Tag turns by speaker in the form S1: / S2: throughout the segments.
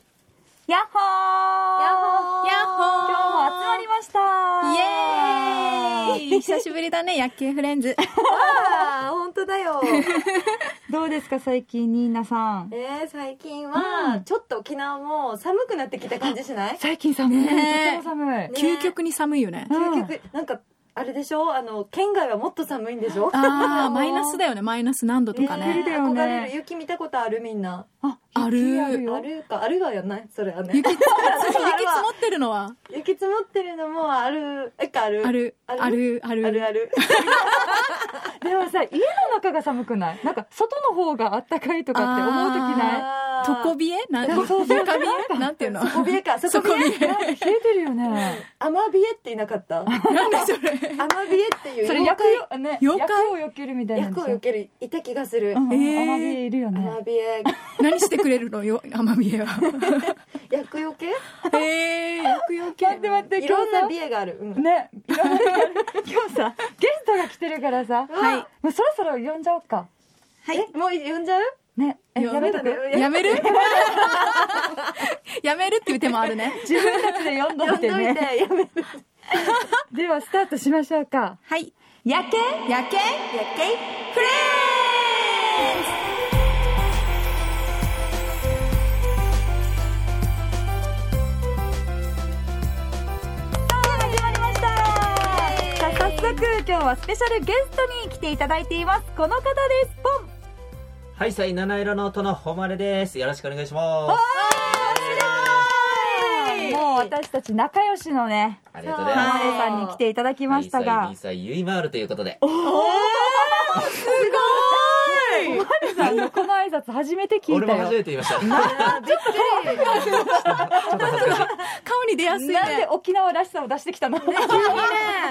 S1: やっほーやっほー今日も集
S2: やっほー
S1: まりました
S2: イエーイ久しぶりだね、野球フレンズ。
S3: ああ、本当だ よ。
S1: どうですか最近ニーナさん
S3: えー、最近は、ちょっと沖縄も寒くなってきた感じしない
S1: 最近寒い、
S2: ね
S1: とても寒い、
S3: ね
S2: 究極に寒いよね。
S1: うん
S3: 究極、なんか、あれでしょあの、県外はもっと寒いんでしょ
S2: あー、マイナスだよね、マイナス何度とか
S1: ね
S2: ね。
S1: だよ
S3: 憧れる雪見たことあるみんな。
S1: あ
S2: ある
S1: 雪よ
S3: あるか、あるわよないそれはね
S2: 雪。積も
S3: あるわ
S2: 雪積もってるのは、
S3: 雪積もってるのもある、えかある。
S2: ある、ある、あ
S3: ある
S2: る。
S3: ある。
S1: でもさ家の中が寒くないなんか外の方があったかいとかって思う時ない
S3: あー
S2: とこびえなん
S1: そうそうそう
S2: 床び えなんていうの
S3: そこびえか、そこびえ。
S1: なんか冷えてるよね
S3: アマビエっていなかった。アマ
S2: なんでそ
S3: ビ
S2: れ。
S3: エっていう
S1: それ
S3: 妖
S1: 厄
S3: 怪、
S1: よ、ね、
S2: 妖怪
S1: 厄を避けるみたいなんで
S3: 役
S1: し
S3: を
S1: ょ
S3: 避ける、いた気がする。
S1: うん、
S2: えー
S1: アマビエいるよ
S3: ア
S1: ね
S3: マビエ、
S2: 何してくれるのよ、天宮 は。
S3: 役よけ
S2: えー、よくよけ。
S1: 待って待って
S3: い
S1: 今
S3: ろ
S1: 日
S3: ん
S1: さ
S3: な美エがある。うん
S1: ね いろんな今日さゲストが来てるからさ
S2: はい。
S1: もうそろそろ呼んじゃおうか
S3: はい。えもう呼んじゃう
S1: ねえ
S2: よ
S1: やめとく
S2: やめる やめるっていう手もあるね。
S1: 自分たちで呼んど
S3: 呼
S1: い
S3: んど
S1: て
S3: いて、
S1: ね
S3: やめる。
S1: ではスタートしましょうか
S2: はい。やけやけ
S3: やっけい
S2: フレーズ
S1: 始まりましたさあ早速今日はスペシャルゲストに来ていただいていますこの方ですポン
S4: はい、さい七色の音の誉れです。よろしくお願いします。
S3: い
S1: もう私たち仲良しのね
S4: ありがとうございま
S1: マ
S4: す。
S3: は
S1: レ
S3: い
S1: さんに来ていただきました
S4: は
S1: が
S4: いさい、ゆいまるということで。
S1: マレさんのこの挨拶初めて聞い
S4: 俺も
S1: たよ
S4: 初めて言いました。ちょ
S3: びっくり。
S4: っと恥ずかしい。今
S2: 顔に出やすい
S1: なんで
S2: ね。
S1: 沖縄らしさを出してきたの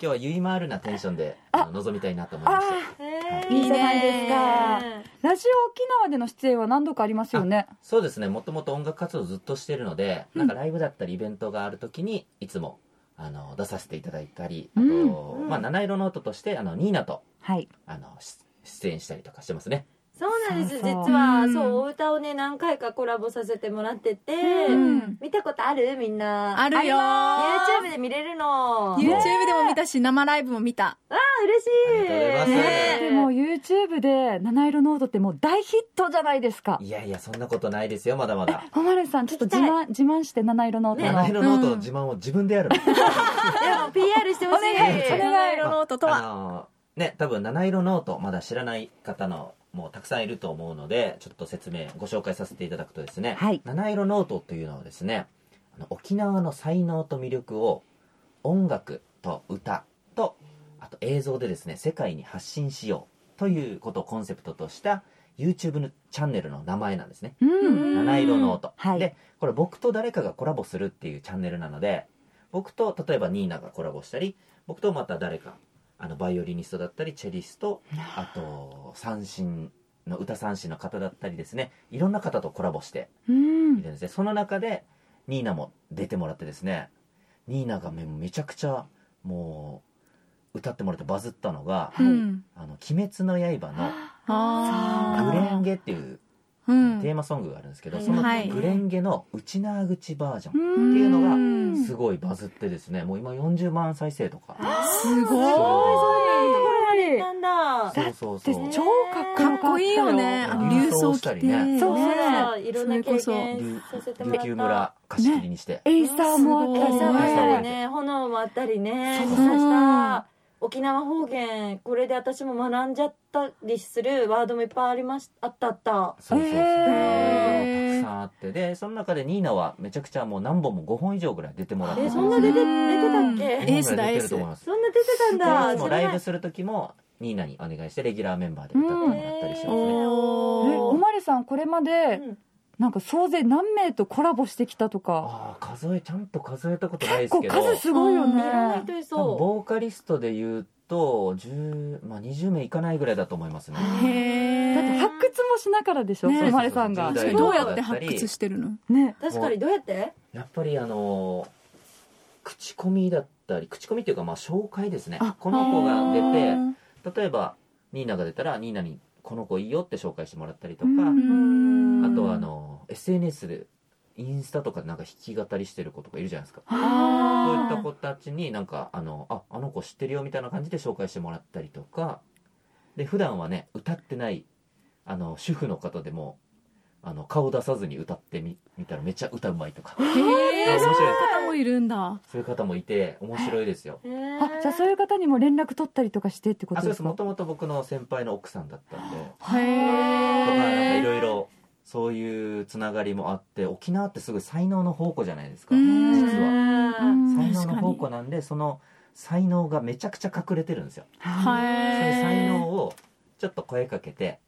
S4: 日はゆいまるなテンションで、あの、臨みたいなと思いまし
S1: あ
S4: た。
S3: えー
S1: いいじゃないですかラジオ沖縄での出演は何度かありますよね
S4: そうですね、もともと音楽活動ずっとしてるので、なんかライブだったりイベントがあるときに、いつも、あの、出させていただいたり、あと
S3: う、ん
S4: まあ、七色の音として、あの、ニーナと、
S1: はい
S4: あの、し出演したりとかしてますね。
S3: そうなんです、
S1: そうそう
S3: 実は
S2: う。ん
S3: そう、お歌をね、何回かコラボさせてもらってて、
S1: ん
S3: 見たことあるみんな。
S2: あるよー
S3: YouTube で見れるの。あ、嬉し
S2: YouTube でも見たし、生ライブも見た。
S3: い。
S4: ありがとうございます
S3: ね
S1: でも YouTube で「七色ノート」ってもう大ヒットじゃないですか
S4: いやいや、そんなことないですよ、まだまだ。
S1: 誉れさんちょっと自慢自慢して七色ノートの、
S4: 七色の音の自慢を自分でやるの。
S3: でも PR してほしい。
S1: お願い
S2: 七
S1: お願い
S2: 色の音と
S4: あ
S2: は。
S4: のーね多分七色ノートまだ知らない方のもうたくさんいると思うのでちょっと説明ご紹介させていただくとですね、
S1: はい
S4: 七色ノートというのはですねあの沖縄の才能と魅力を音楽と歌とあと映像でですね世界に発信しようということをコンセプトとした YouTube のチャンネルの名前なんですね
S1: うん
S2: うん
S4: 七色ノート、
S1: はい
S4: でこれ僕と誰かがコラボするっていうチャンネルなので僕と例えばニーナがコラボしたり僕とまた誰かあのバイオリニストだったりチェリストあと三振の歌三振の方だったりですねいろんな方とコラボして
S1: うん
S4: いるんですねその中でニーナも出てもらってですねニーナがめめちゃくちゃもう歌ってもらってバズったのが
S1: う
S2: うんん。
S4: 「あの鬼滅の刃」の「
S2: あ
S4: グ
S2: ー
S4: レンゲ」っていう
S2: う
S4: テー
S2: ん。
S4: マソングがあるんですけど、
S3: はい
S4: その
S2: はい
S4: グレンゲの内縄口バージョン、
S1: うん
S4: っていうのが
S2: うん
S4: すごいバズってですねもう今40万再生とか
S2: す
S3: すごい
S2: ご
S1: い
S3: なんだ。
S4: そうそう
S1: で
S4: そう
S1: 超かっこよ
S2: い。か
S1: か
S2: っ
S1: った
S2: こいいよね。あの、流
S4: 流
S2: 装
S4: 装
S2: 着
S4: した
S2: て
S4: りね。
S1: そうそう
S3: そう、いろんな経
S2: それ
S3: 験
S4: 琉
S3: させてもらっ
S4: 琉
S3: た。
S4: 球村貸し切りにして、
S1: エイサーもあったり
S3: 餌もあったり
S1: ね
S3: ね炎もあったりね
S1: そう
S3: したした沖縄方言これで私も学んじゃったりするワードもいっぱいありましあったあった
S4: そうそうそう、
S2: へー
S4: たくさんあってでその中でニーナはめちゃくちゃもう何本も5本以上ぐらい出てもらって
S3: え
S4: ます
S3: そんな出て出
S2: う
S3: てたっ
S2: ん
S3: け
S2: エースだエー
S4: 出てる
S2: ス
S4: と思います
S3: そんな出てたん
S4: いつ
S3: だ
S4: も
S3: 知ら
S4: ライ
S3: な
S4: ブ
S3: い
S4: する時もニーナにお願いしてレギュラーメンバーで歌ってもらったりしてますね、
S2: うん
S1: え
S2: お
S1: おまれさんこれまで
S3: うん
S1: なんか総勢何名とコラボしてきたとか
S4: ああ数えちゃんと数えたことないで
S1: 結
S4: す
S1: 構
S4: けど
S1: 数すごいよ
S2: うん
S3: いろんな
S1: ね
S3: 人い
S4: 多分
S3: そ
S4: ボーカリストで言うと10、まあ、20名いかないぐらいだと思いますね
S2: へ
S1: だって
S2: え。
S1: 発掘もしながらでしょ
S2: ね
S1: おまれさんが
S4: そうそうそう
S2: どうやって発掘してるの
S1: ね
S3: う確かにどうやって
S4: やっぱりあの口コミだったり口コミっていうかまあ紹介ですねこの子が出て例えばニーナが出たらニーナに「この子いいよ」って紹介してもらったりとか、
S1: うん
S4: あとはあの SNS でインスタとかでなんか弾き語りしてる子とかいるじゃないですか
S2: あ
S4: そ
S2: ー
S4: ういった子たちになんかあのああの子知ってるよみたいな感じで紹介してもらったりとかで普段はね歌ってないあの主婦の方でもあの顔出さずに歌ってみみたらめっちゃ歌うまいとか
S2: へえ
S4: 面
S2: そ
S4: 白い
S2: ういう方もいるんだ
S4: そういう方もいて面白いですよ。
S3: へー
S1: あじゃあそういう方にも連絡取ったりとかしてってこ
S4: あ
S1: と
S4: そ
S1: で
S4: うですす
S1: か
S4: もともと僕の先輩の奥さんだったんで
S2: へ
S4: とかなんかい
S2: え
S4: ろいろそういうつながりもあって沖縄ってすごい才能の宝庫じゃないですか
S2: う
S4: 実
S2: ん
S4: は
S1: うん
S4: 才能
S2: 確か
S4: の
S2: に
S4: 宝庫なんでその才能がめちゃくちゃ隠れてるんですよそう
S2: はい
S4: いう才能をちょっと声かけて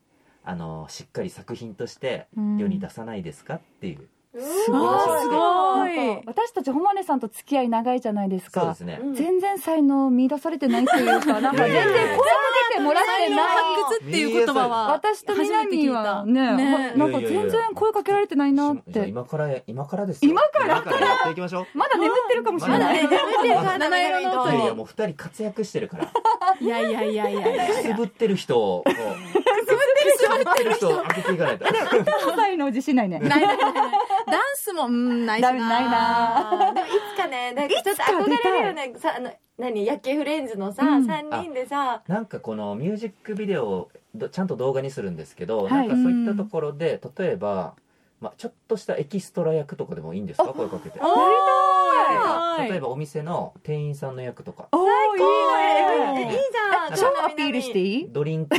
S4: あのしっかり作品として
S1: うん
S4: 世に出さないですかっていう、
S3: す
S2: あ
S4: ごい
S2: ーすご
S1: なん
S2: い
S1: か私たちホマネさんと付き合い長いじゃないです
S4: そうで
S1: か
S4: すね、
S1: 全然才能見出されてないというかなんか全然声かけてもらってない
S2: 発掘っていう言葉は
S1: 私とみなみはね
S2: 初めて聞いたね
S1: まなんか全然声かけられてないなっ
S4: じゃあ
S1: て
S4: 今から今からですよ
S1: 今
S4: から今からやっていきましょう
S1: まだ眠ってるかもしれ
S2: まだ
S1: ない
S2: ね眠ってるから七色の
S4: いやいや
S2: 音
S4: もう二人活躍してる から
S2: にいやいやいやいやい
S4: く
S2: や
S4: すぶってる人をくすぶってる人を上げていかないと
S1: 関西の自信ないね
S2: ないないないないダンスもうんないし
S1: ダメないな
S3: あーでもいつかね、なんかちょっと憧れるよね。さ、あの、何、野球フレンズのさ、
S1: うん
S3: 三人でさ、
S4: なんかこのミュージックビデオをどちゃんと動画にするんですけど、
S1: はい
S4: なんかそういったところで例えば、まあ、ちょっとしたエキストラ役とかでもいいんですか声かけて
S2: たい
S4: 例えばお店の店員さんの役とか
S1: おーい
S3: え
S1: い
S3: いい
S1: ね
S3: じゃん。
S1: 超アピールして
S3: い。
S1: いい
S4: ドリンク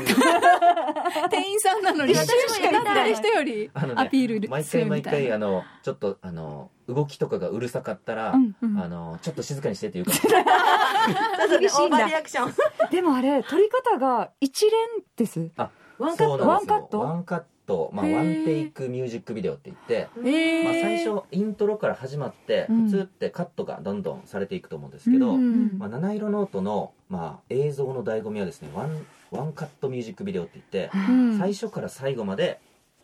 S2: 店員さんなのに
S3: 一
S2: 歌っ
S3: 緒
S2: て
S3: しかやってない
S2: る人より
S4: あの、ね、
S2: アピール
S4: 毎
S2: する
S4: 回毎
S2: みたい
S4: 回
S2: な
S4: あのちょっとあの動きとかがうるさかったら、
S1: うん
S2: うん
S4: あのちょっと静かにしてっていうか
S3: 厳
S1: 厳
S3: し
S1: し
S3: い
S1: い
S3: ん
S1: ん
S3: だ。
S1: だ
S3: オーバーリアクション。
S1: でもあれ撮り方が一連です
S3: ワンカット
S4: そうなんです
S1: ワンカ
S4: よ
S1: ット
S4: ワンカット、まあ、
S2: へー
S4: ワンテイクミュージックビデオって言って、
S2: え
S4: まあ、
S2: ー
S4: 最初イントロから始まって
S1: うん
S4: 普通ってカットがどんどんされていくと思うんですけど、
S1: うん
S4: まあ、七色ノートの、まあ、映像の醍醐味はですねワンワンカットミュージックビデオって言って、
S2: うん
S4: 最初から最後まで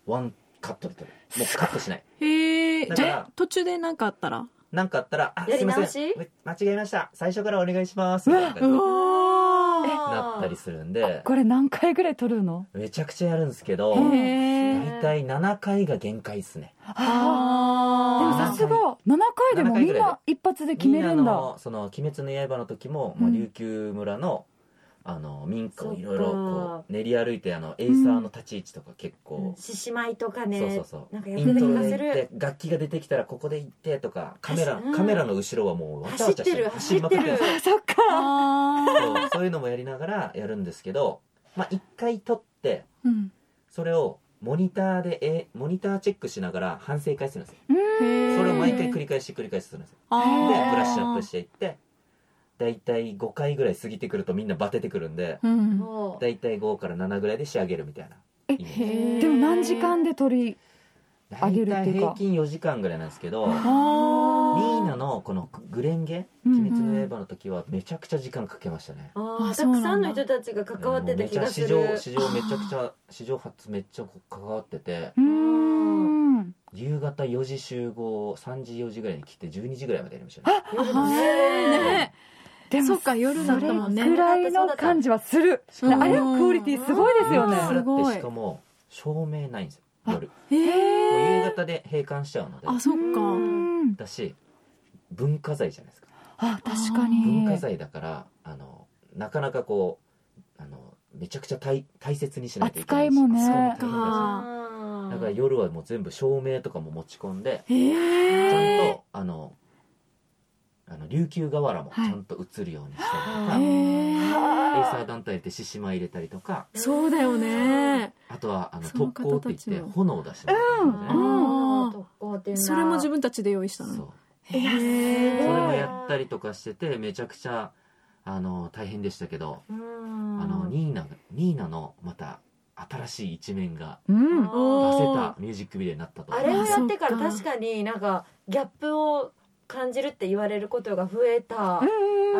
S4: ワンカットで撮るもうカットしない
S2: へえ
S4: だ
S2: じ
S4: から
S2: ゃあ途中で何かあったら
S4: なんかあったら「あ
S3: や
S4: すい
S3: り
S4: ま
S3: 直し
S4: せんめ間違えました最初からお願いします」みたいな感じになったりするんで
S1: これ何回ぐらい撮るの
S4: めちゃくちゃやるんですけど
S1: へ
S2: え
S4: 大体7回が限界ですね
S1: でもさすが7回でもみんな一発で決める
S4: み
S1: ん
S4: な
S1: だ
S4: のその「鬼滅の刃」の時も、まあ、
S1: うん
S4: 琉球村のあの民家をいろいろ
S3: そっ
S4: こう練り歩いてあのエイサーの立ち位置とか結構、
S3: 獅子舞とかね。
S4: そうそうそう
S3: なんかやっ
S4: イ
S3: て
S4: ン
S3: た
S4: ト
S3: 気
S4: ロ
S3: が
S4: です行って
S3: る。
S4: 楽器が出てきたらここで行ってとかカメラ、
S3: うん
S4: カメラの後ろはもうわちゃ
S3: 走
S4: わ
S3: っ
S4: ちゃして
S3: る、走ってる。
S1: あそっか
S2: あ
S4: そうそういうのもやりながらやるんですけど、まあ、一回撮って
S2: ーうん
S4: それをモニターでえモニターチェックしながら反省会するんですよ
S2: へー
S4: それを毎回繰り返し繰り返しするんですよ
S2: あ
S4: でブ
S2: ー
S4: ラッシュアップしていって大体5回ぐらい過ぎてくるとみんなバテてくるんで
S2: うん
S3: もう
S4: 大体5から7ぐらいで仕上げるみたいな
S1: え
S4: イメージ
S2: へー
S1: でも何時間で撮り
S4: 大
S1: 上げるって
S4: 体
S1: いうか
S4: 平均4時間ぐらいなんですけど
S2: あー
S4: ニーナのこのグレンゲ「
S1: うん
S4: 鬼滅の刃」の時はめちゃくちゃ時間かけましたね、
S3: あー
S2: あ
S3: た
S2: そ
S3: く
S2: うなんだ
S3: さんの人たちが関わってた気がす
S4: もう
S3: る
S4: めちゃ史上史上めちゃくちゃ史上初めっちゃ関わってて
S1: うーん
S4: 夕方4時集合3時4時ぐらいに来て12時ぐらいまでやりましたね
S1: あ
S3: 夜
S2: あ
S3: の
S2: ー
S3: ね
S2: ね
S1: で
S2: そ
S1: も
S2: っか夜だったもんね
S1: くらいの感じはする
S4: そうだ
S1: あれはクオリティすごいですよ
S4: だっ
S1: ね
S2: すごい
S4: てしかも照明ないんですよ夜もう夕
S2: えー
S4: 方で閉館しちゃうので
S2: あそっか
S1: うん
S4: だし文化財じゃないですか
S1: あ確か
S4: 文化
S1: に
S4: 財だからあのなかなかこうあのめちゃくちゃ大大切にしないといけな
S1: 扱
S4: い
S1: い
S4: んです
S1: も
S4: よ
S1: ね
S4: そう
S2: か
S3: あー
S4: だから夜はもう全部照明とかも持ち込んで
S2: え
S4: ちゃん
S2: ー
S4: とあのあの琉球瓦もちゃんと映るようにしたりとか、
S3: は
S4: エイ
S2: えー
S4: サー団体で獅子舞入れたりとか
S2: そうだよね
S4: あとはあの
S2: その
S4: 特
S2: 方
S4: 攻って
S2: た
S4: 言
S2: ち
S4: って
S2: も
S4: 炎を出してもらったりとかね
S3: あ
S2: うん
S3: ー特攻っていうな
S2: それも自分たちで用意した
S4: そ
S2: の
S4: う
S2: へえ
S4: それ
S3: すごい
S4: もやったりとかしててめちゃくちゃあの大変でしたけど、
S3: うん
S4: あのニーナがニーナのまた新しい一面が
S1: うん
S4: 出
S2: おー
S4: せたミュージックビデオになったと
S3: あれを
S2: は
S3: やってから
S2: あそっ
S3: 確
S2: か
S3: かになんかギャップを感じるって言われることが増えた、あ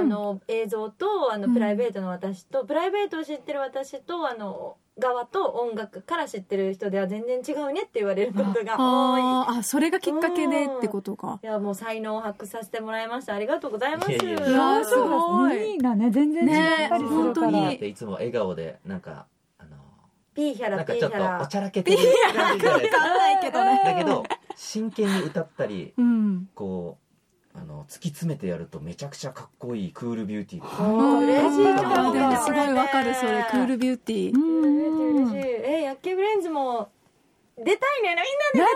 S3: の映像とあの
S2: うん
S3: プライベートの私と、プライベートを知ってる私とあの側と音楽から知ってる人では全然違うねって言われることが多い。
S2: あーあそれがきっかけでってことか
S3: いやもう才能を発掘させてもらいましたありがとうございます。
S4: いやいやいや
S2: いやーす
S1: そう
S2: ご
S1: ですね
S2: い
S1: ニーナね全然違ったりする
S4: 本
S1: か
S4: 当
S1: ら
S4: にだっ
S2: ね
S4: ていつも笑顔でなんかあの
S3: ピーヒャ
S4: な
S3: ラピ
S4: んか
S3: ー
S4: ち
S3: ヒ
S4: ょっ
S3: ャ
S4: とお
S3: ラ。
S4: ちゃらけてる感じじゃないですか
S2: ないけどね
S4: だけど真剣に歌ったり
S2: うん。
S4: こうあの突き詰めてやるとめちゃくちゃかっこいいクールビューティーとか
S3: あ嬉しい情
S2: あ
S3: 報
S2: で
S3: だ
S2: も
S3: ね
S2: すごいわかる、それ。クールビューティー。
S3: 嬉しいえ薬系ブレンズも出たいねみんな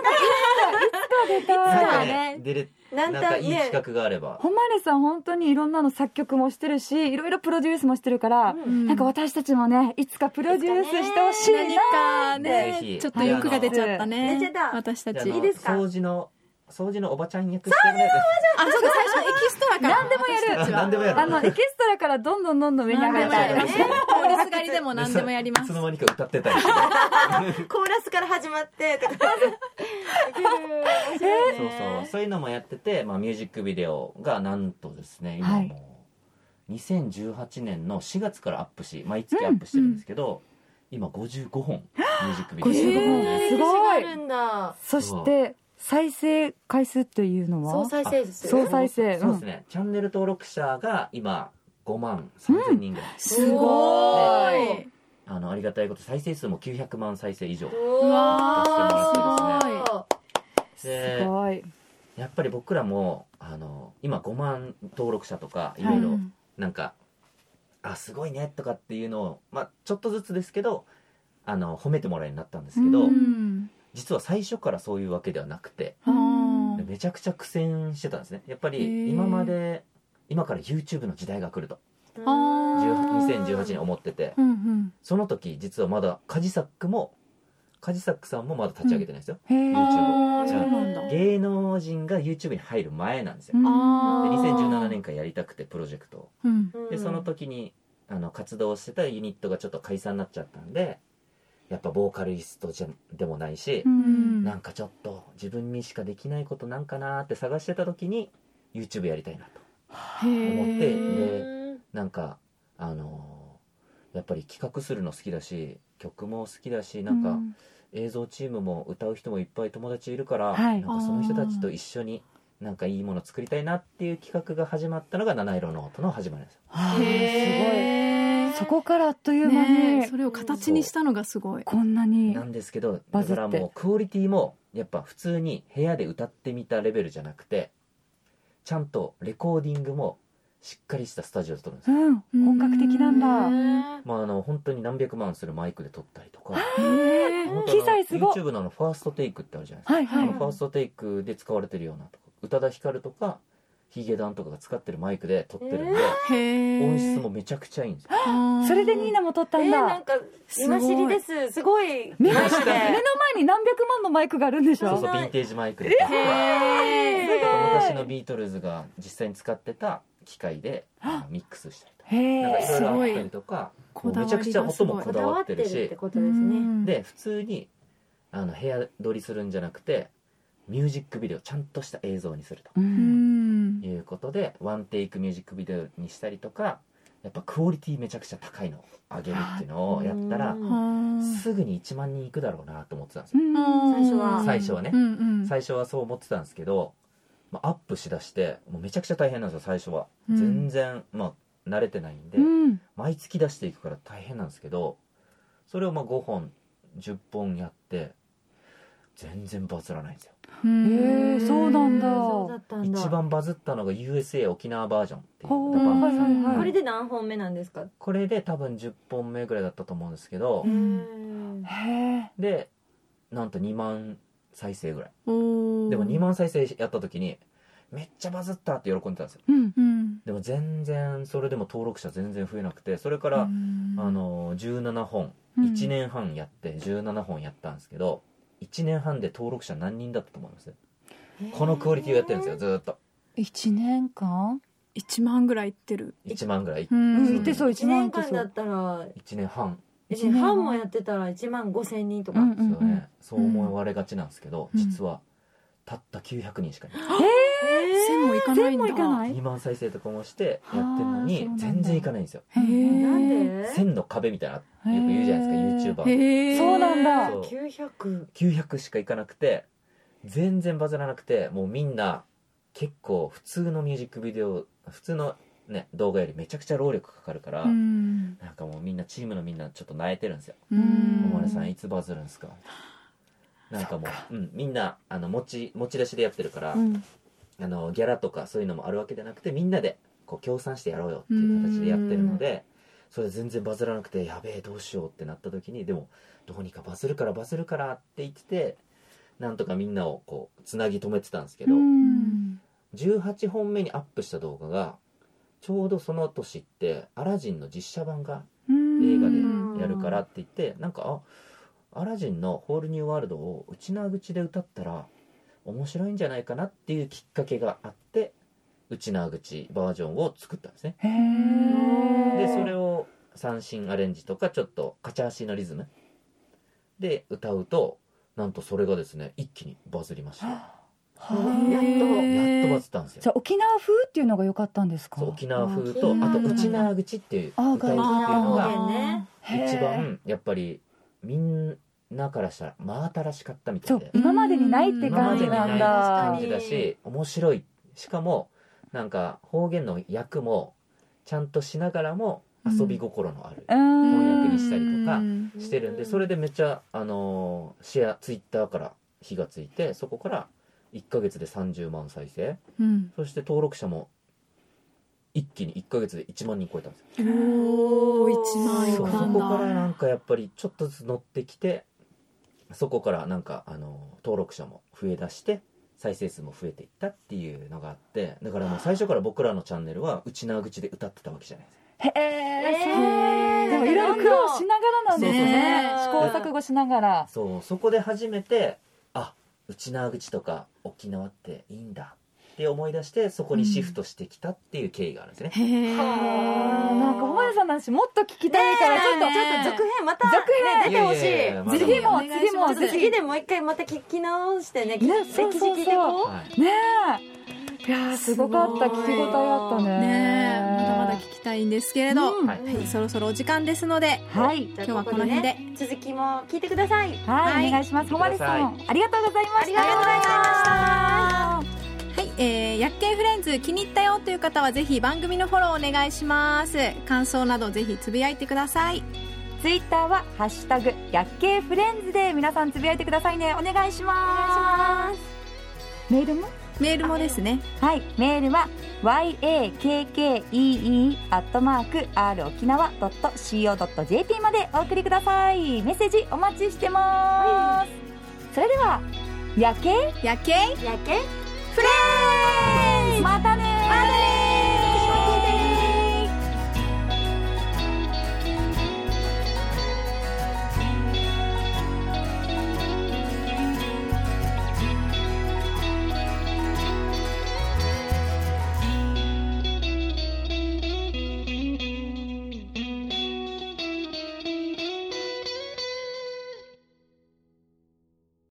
S1: 出た
S4: ないんか
S3: ね
S4: ね出れ
S3: で
S4: な
S3: なんん
S4: か
S3: か
S4: いい
S3: ね
S4: 企画があれば
S1: 誉さん本当にいろんなの作曲もしてるしいろいろプロデュースもしてるから、
S3: う
S1: なんか私たちもねいつかプロデュースしてほしいな
S2: 何か
S4: ぜ
S2: ね
S4: ひ、
S2: ちょっと欲が出ちゃったね。
S3: 出ちゃった
S2: 私た
S4: であ
S2: ち。
S4: の
S3: いいですか
S4: 掃除の掃除のおばちゃん役してもらえた
S2: あ、そうか、最初エキストラから。何でもや
S4: る何でもやる
S1: あのエキストラからどんどんどんどん上に上がっ
S2: 何
S1: て
S2: でもやり
S1: ゃう
S2: ますよ。通りすがりでも何でもやりま
S4: い
S2: す
S4: つ。の間にか歌ってたりして
S3: コーラスから始まってとかできる面白い
S4: そうそう
S3: ね
S4: そういうのもやってて、まあ、ミュージックビデオがなんとですね今
S1: はい
S4: もう2018年の4月からアップし毎月アップしてるんですけど、今55本ミュージックビデオ
S1: 55本
S4: えー
S1: すごい
S3: 歴史があるんだ
S1: そして再生回数というの
S3: 総
S1: は
S3: 再生数
S1: 総再生
S4: そうですね、チャンネル登録者が今5万3000人ぐらい、
S2: す
S3: ご
S2: ご
S3: ー
S2: い
S3: い。
S4: あのありがたいこと再生数も900万再生以上
S3: う
S2: う
S4: わ
S2: わー、
S4: ー
S2: すごい。
S1: す
S4: で
S1: ごい
S4: やっぱり僕らもあの今5万登録者とかいろいろ
S2: うん
S4: なんか、あすごいねとかっていうのを、まあ、ちょっとずつですけどあの褒めてもらうようになったんですけ
S1: う
S4: ど、
S2: うん。
S4: 実は最初からそういうわけではなくて
S2: あー
S4: めちゃくちゃ苦戦してたんですねやっぱ
S2: へー
S4: り今まで今から YouTube の時代が来ると
S2: あー
S4: 2018年思ってて
S2: うんうん。
S4: その時実はまだカジサックもカジサックさんもまだ立ち上げてないんですよ、
S1: へえ
S4: YouTube
S2: あー
S4: じ
S2: そ
S4: ゃあ
S2: うなんだ。
S4: 芸能人が YouTube に入る前なんですよ、
S2: あ
S4: で
S2: ー
S4: 2017年間やりたくてプロジェクトを
S2: うん。
S4: でその時にあの活動してたユニットがちょっと解散になっちゃったんでやっぱボーカリストじゃでもないし
S1: う、ん
S4: なんかちょっと自分にしかできないことなんかなーって探してた時に YouTube やりたいなと思って
S2: へー
S4: でなんかあのーやっぱり企画するの好きだし曲も好きだしなん
S1: う
S4: か
S1: ん
S4: 映像チームも歌う人もいっぱい友達いるから、
S1: はい
S4: なんかその人たちと一緒になんかいいもの作りたいなっていう企画が始まったのが七色の音の始まりです。
S1: はあすご
S2: へー
S1: いそこからあっという間
S2: ねえ
S1: に
S2: それを形にしたのがすごい。
S1: こんなに
S4: なんですけど
S1: バ
S4: だ
S1: ズって
S4: からもうクオリティもやっぱ普通に部屋で歌ってみたレベルじゃなくてちゃんとレコーディングもしっかりしたスタジオで撮るんです
S1: う
S4: よ、
S1: ん本格的なん
S2: う
S1: だ
S4: まあ、あの本当に何百万するマイクで撮ったりとか
S2: へー
S4: 本当
S1: 機材すごい
S4: あの YouTube のあのファーストテイクってあるじゃないですか、
S1: はいは
S4: あ
S1: い
S4: のファーストテイクで使われてるようなとか宇多田ヒカルとかヒゲダンとかが使ってるマイクで撮ってるんで、
S2: へー
S4: 音質もめちゃくちゃいいんですよ
S2: あー
S1: それでニーナも撮った
S3: え
S1: ん
S3: ー、な
S1: だ
S3: んか今知りですすごい
S1: 目の
S3: マジで
S1: 目の前に何百万のマイクがあるんでし
S4: そう
S1: ょ
S4: そうヴィンテージマイクで撮って
S2: へー
S4: 昔のビートルズが実際に使ってた機械であのミックスしたりとか
S1: へ
S4: なんか
S1: え
S4: いろいろあったりとか
S2: ごい
S4: もうめちゃくちゃ音もこ
S3: こ
S4: だ
S3: だ
S4: わ
S3: わ
S4: っ
S3: ってて
S4: る
S3: るっ
S4: して
S3: ことですね
S4: で普通にあの部屋撮りするんじゃなくてミュージックビデオちゃんとした映像にすると
S2: うん。
S4: いうことでワンテイクミュージックビデオにしたりとかやっぱクオリティめちゃくちゃ高いのを上げるっていうのをやったら
S3: う
S2: あ
S3: ん
S2: ー
S4: すぐに1万人いくだろうなと思ってたんですよ
S2: 最
S3: 初は
S4: 最初はね
S2: うんうん、
S4: 最初はそう思ってたんですけど、まあ、アップしだしてもうめちゃくちゃ大変なんですよ最初は、
S2: うん
S4: 全然、まあ、慣れてないんで、
S1: うん
S4: 毎月出していくから大変なんですけどそれをまあ5本10本やって全然バズらないんですよ
S1: へえそうなんだ
S3: そうだったんだ
S4: 一番バズったのが USA 沖縄バージョンっていう
S1: ほう
S4: ダバン
S1: は
S4: プ
S1: い
S4: さ
S1: は
S4: ん
S1: いはい
S3: これで何本目なんですか、
S4: これで多分10本目ぐらいだったと思うんですけど
S2: うん
S3: うん
S1: へえ
S4: でなんと2万再生ぐらい
S2: おー
S4: でも2万再生やった時にめっちゃバズったって喜んでたんですよ
S1: うん
S2: うん
S4: でも全然それでも登録者全然増えなくてそれから、
S2: うん
S4: あの17本
S1: うん
S4: 1年半やって17本やったんですけど、1年半で登録者何人だったと思いますこのクオリティをやってるんですよずーっと
S1: 一年間
S2: 1万ぐらいいってる
S4: 1万ぐらい、
S1: うん
S4: ん
S1: いってそう
S3: 1
S1: 一年
S3: 年
S1: 間
S3: 間だったら
S4: 1年半
S1: 一年
S3: 1
S1: 半
S3: 半もやってたら1万5千人とか、
S1: うん
S4: ですよね、そう思われがちなんですけど、
S2: うん
S4: 実はたった900人しかいない、
S2: 1000もいかない
S1: 全
S2: んだ
S1: 部いかない
S4: 2万再生とかもしてやってるのに
S1: はあそうなんだ
S4: 全然いかないんですよ
S2: へー
S3: なんで
S4: 1000の壁みたいなよく
S1: へー
S4: 言うじゃないですか YouTuber
S2: へー
S1: そうなんだ
S4: そう
S3: 900
S4: 900しかいかなくて全然バズらなくてもうみんな結構普通のミュージックビデオ普通のね動画よりめちゃくちゃ労力かかるから、
S2: うん
S4: なんかもうみんなチームのみんなちょっと泣いてるんですよ
S2: う
S4: 「お
S2: ん
S4: まれさんいつバズるんですか?」なんかもう、うん、みんなあの持ち持ち出しでやってるから、
S1: うん
S4: あのギャラとかそういうのもあるわけじゃなくてみんなでこう協賛してやろうよっていう形でやってるのでそれで全然バズらなくてやべえどうしようってなった時にでもどうにかバズるからバズるからって言っててなんとかみんなをこうつなぎ止めてたんですけど、
S1: うん
S4: 18本目にアップした動画がちょうどその年って「アラジン」の実写版が映画でやるからって言ってなんかあアラジンの「ホールニューワールド」をうちなーぐちで歌ったら面白いんじゃないかなっていうきっかけがあってうちなーぐちバージョンを作ったんですね
S1: へー
S4: でそれを三振アレンジとかちょっとカチャーシーのリズムで歌うとなんとそれがですね一気にバズりましたや
S1: は
S3: やっと
S1: へー
S4: っとバズったんですよ
S1: じゃあ沖縄風っていうのが良かったんですか
S4: そう沖縄風と
S3: 沖
S4: あ
S3: 縄
S4: と「うちなーぐち」っていう
S1: あー
S4: 歌い手っていうの
S1: 沖
S4: が
S1: 縄
S3: 方言ね
S1: へー
S4: 一番やっぱりみんなからしたら真新しかったみた
S1: そ
S4: いうで
S1: 今までにないって
S4: 今ま
S1: 感
S4: で
S1: じ
S4: に
S1: な
S4: なんい
S1: だ
S4: 感じだし面白いしかもなんか方言の役もちゃんとしながらも遊び心のある、
S1: うん
S4: 翻訳にしたりとか
S2: うん
S4: してるんでそれでめっちゃ、あのーシェアツイッターから火がついてそこから1ヶ月で30万再生
S2: うん
S4: そして登録者も一気に1ヶ月で1万人超えたんですよ
S2: おー一万円
S4: そう
S2: か
S4: そ
S2: ん
S4: こか
S2: だ
S4: らなんかやっぱりちょっとずつ乗ってきてそこからなんかあの登録者も増えだして再生数も増えていったっていうのがあってだからもう最初から僕らのチャンネルはうちな口で歌ってたわけじゃないです
S1: へ
S3: へー
S1: えでもいろいろ苦労しながらなんですね
S3: そ
S1: 試
S3: うそう
S1: 行錯誤しながら
S4: そうそこで初めてあうちな口とか沖縄っていいんだって思い出してそこにシフトしてきたっていう経緯があるんですね、
S2: へえ
S3: は
S1: なんか本屋さんの話もっと聞きたいからちょっと
S2: ねえ
S1: ちょっと
S3: ちょっと続編また、ね
S1: 続、編
S3: 出てほしい
S4: いやいやいやまだまだ
S1: 次も
S2: お願いし
S1: 次
S2: ま
S1: も
S3: ちょっと
S2: す
S1: ぜ
S3: 次
S1: ひね
S3: でもう一回また聞き直してね
S1: ね
S3: き
S1: そう
S3: 歴史
S1: そうそう
S3: 聞いてこう
S4: はい
S2: いや
S1: えすごかった聞き応えあったね
S2: ねえまだまだ聞きたいんですけれど、
S1: うん
S4: はい
S2: はい、そろそろお時間ですので
S1: はい
S3: じゃあ
S2: 今日はこの
S3: で
S2: 辺で
S3: 続きも聞いてください
S1: はいお願いします
S4: 聞
S1: ホ
S4: い
S1: マ
S4: て
S1: レ
S4: くださ
S1: さ
S4: い
S1: んありがとうございました
S3: ありがとうございました
S2: はい、えー、薬系フレンズ気に入ったよという方はぜひ番組のフォローお願いします感想などぜひつぶやいてください
S1: ツイッターは「ハッシュタグ薬系フレンズ」で皆さんつぶやいてくださいねお願いしますメールも
S2: メールもですね
S1: はいメールは yakkee.rokinawa.co.jp までお送りくださいメッセージお待ちしてますそれでは「夜景
S2: 薬系
S3: やけ